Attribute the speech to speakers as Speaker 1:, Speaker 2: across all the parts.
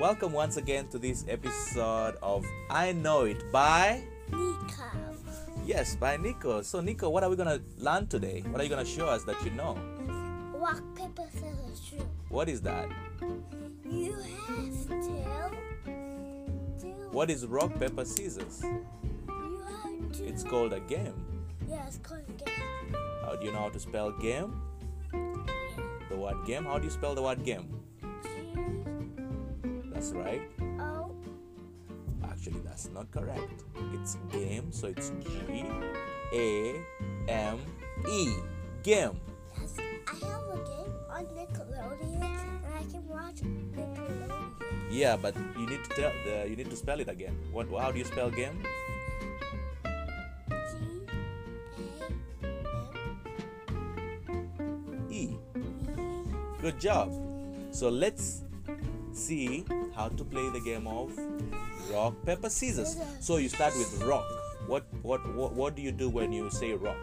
Speaker 1: Welcome once again to this episode of I Know It by
Speaker 2: Nico.
Speaker 1: Yes, by Nico. So Nico, what are we gonna learn today? What are you gonna show us that you know?
Speaker 2: Rock, paper, scissors, shoot.
Speaker 1: What is that?
Speaker 2: You have to. Do
Speaker 1: What is rock, paper, scissors?
Speaker 2: You have to.
Speaker 1: It's called a game.
Speaker 2: Yeah, it's called a game.
Speaker 1: How do you know how to spell game? The word game. How do you spell the word game?
Speaker 2: G
Speaker 1: That's right.
Speaker 2: O.
Speaker 1: Actually, that's not correct. It's game, so it's G A M E. Game.
Speaker 2: Yes, I have a game on Nickelodeon, and I can watch Nickelodeon.
Speaker 1: Yeah, but you need to tell the you need to spell it again. What? How do you spell game?
Speaker 2: G A
Speaker 1: E.
Speaker 2: M E.
Speaker 1: Good job. So let's see how to play the game of rock paper scissors. So you start with rock. What what what, what do you do when you say rock?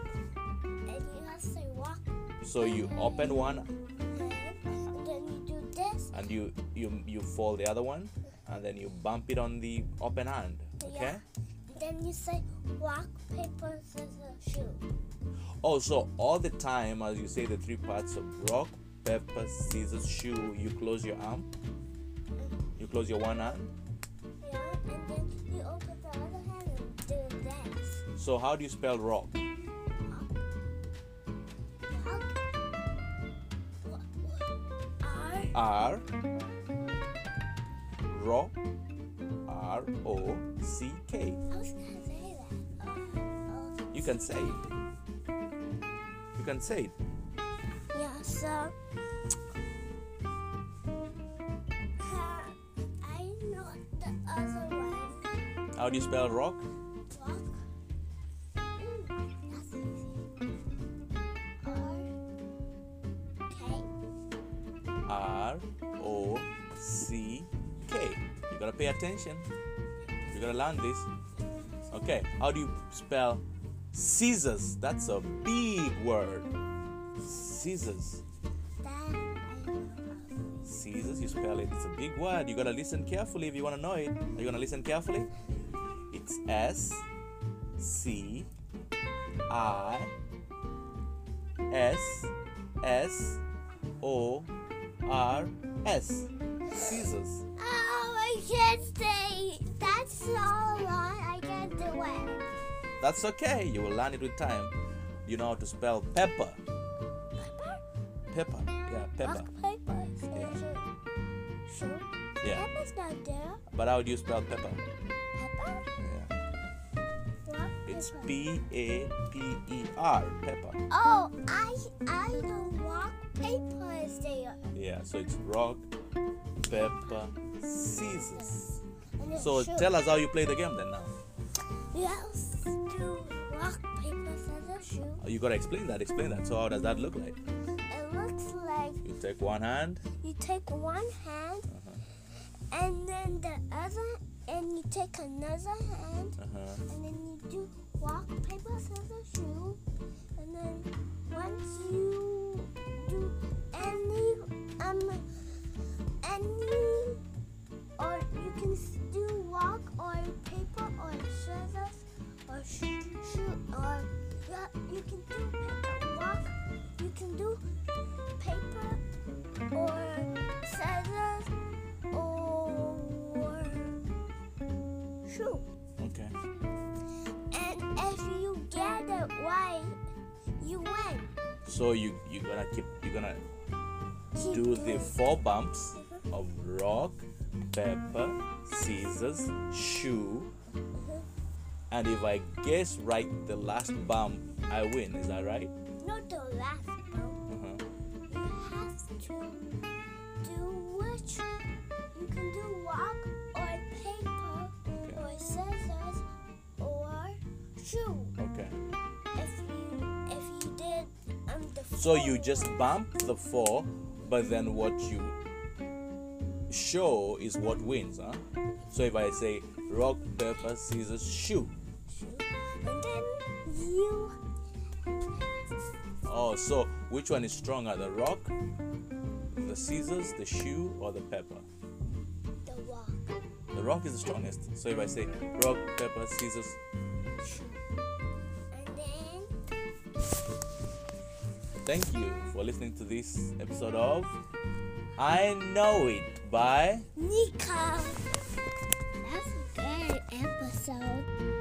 Speaker 2: And you have to walk,
Speaker 1: So you open one
Speaker 2: in, and then you do this.
Speaker 1: and you you you fold the other one and then you bump it on the open hand. Okay?
Speaker 2: Yeah. And then you say rock, paper, scissors, shoot.
Speaker 1: Oh, so all the time as you say the three parts of rock, paper, scissors, shoe, you close your arm. You close your one arm.
Speaker 2: Yeah, and then you open the other hand and do this.
Speaker 1: So how do you spell rock?
Speaker 2: Rock. Rock. R.
Speaker 1: R Ro R O C K.
Speaker 2: I was gonna say that. Oh, oh.
Speaker 1: You can say it. You can say it.
Speaker 2: Yeah, so. Uh, I know the other one.
Speaker 1: How do you spell rock?
Speaker 2: Rock. Mm, that's easy. R. K.
Speaker 1: R O C K. You gotta pay attention. You gotta learn this. Okay. How do you spell scissors? That's a big word. Scissors.
Speaker 2: That I know.
Speaker 1: Caesars, you spell it. It's a big word. You gotta listen carefully if you wanna know it. Are you gonna listen carefully? It's S C I S S O R S. Caesars.
Speaker 2: Oh, I can't say. That's so long. I can't do it.
Speaker 1: That's okay. You will learn it with time. You know how to spell pepper.
Speaker 2: Pepper?
Speaker 1: Pepper. Yeah, pepper.
Speaker 2: Rock, paper, scissors, shoot.
Speaker 1: Yeah.
Speaker 2: Pepper's not there.
Speaker 1: But how do you spell pepper?
Speaker 2: Pepper?
Speaker 1: Yeah.
Speaker 2: Rock,
Speaker 1: It's
Speaker 2: paper.
Speaker 1: P A P E R. Pepper.
Speaker 2: Oh, I I know rock, paper is there.
Speaker 1: Yeah, so it's rock, paper, scissors.
Speaker 2: And then
Speaker 1: So
Speaker 2: shoot.
Speaker 1: tell us how you play the game then now.
Speaker 2: Yes, do rock, paper, scissors, shoot.
Speaker 1: You gotta explain that, explain that. So how does that look like?
Speaker 2: It looks like
Speaker 1: You take one hand,
Speaker 2: you take one hand
Speaker 1: Mm-hmm.
Speaker 2: and then the other, and you take another hand.
Speaker 1: uh-huh.
Speaker 2: and then you do rock, paper, scissors, shoot. And then once you do any, um, any, or you can s- do rock or paper or scissors or shoot, shoot or yeah, you can do paper, rock, you can do paper or scissors or shoot.
Speaker 1: okay.
Speaker 2: And if you get it right, you win.
Speaker 1: So you you gonna keep you gonna
Speaker 2: Keep
Speaker 1: do the
Speaker 2: doing
Speaker 1: four bumps of rock, paper, scissors, shoe. And if I guess right the last bump, I win. Is that right?
Speaker 2: it. Not the last one.
Speaker 1: Uh-huh.
Speaker 2: You have to do which you can do rock or paper
Speaker 1: Okay.
Speaker 2: or scissors or shoe.
Speaker 1: Okay.
Speaker 2: If you if you did um the
Speaker 1: So
Speaker 2: four
Speaker 1: you just bump the four, but then what you show is what wins, huh? So if I say rock, paper, scissors, shoe.
Speaker 2: shoe, and then you
Speaker 1: Oh, so which one is stronger, the rock, the scissors, the shoe, or the pepper?
Speaker 2: the rock.
Speaker 1: rock is the strongest. So if I say rock, paper, scissors,
Speaker 2: And then
Speaker 1: thank you for listening to this episode of I Know It by.
Speaker 2: Nico. That's a good episode.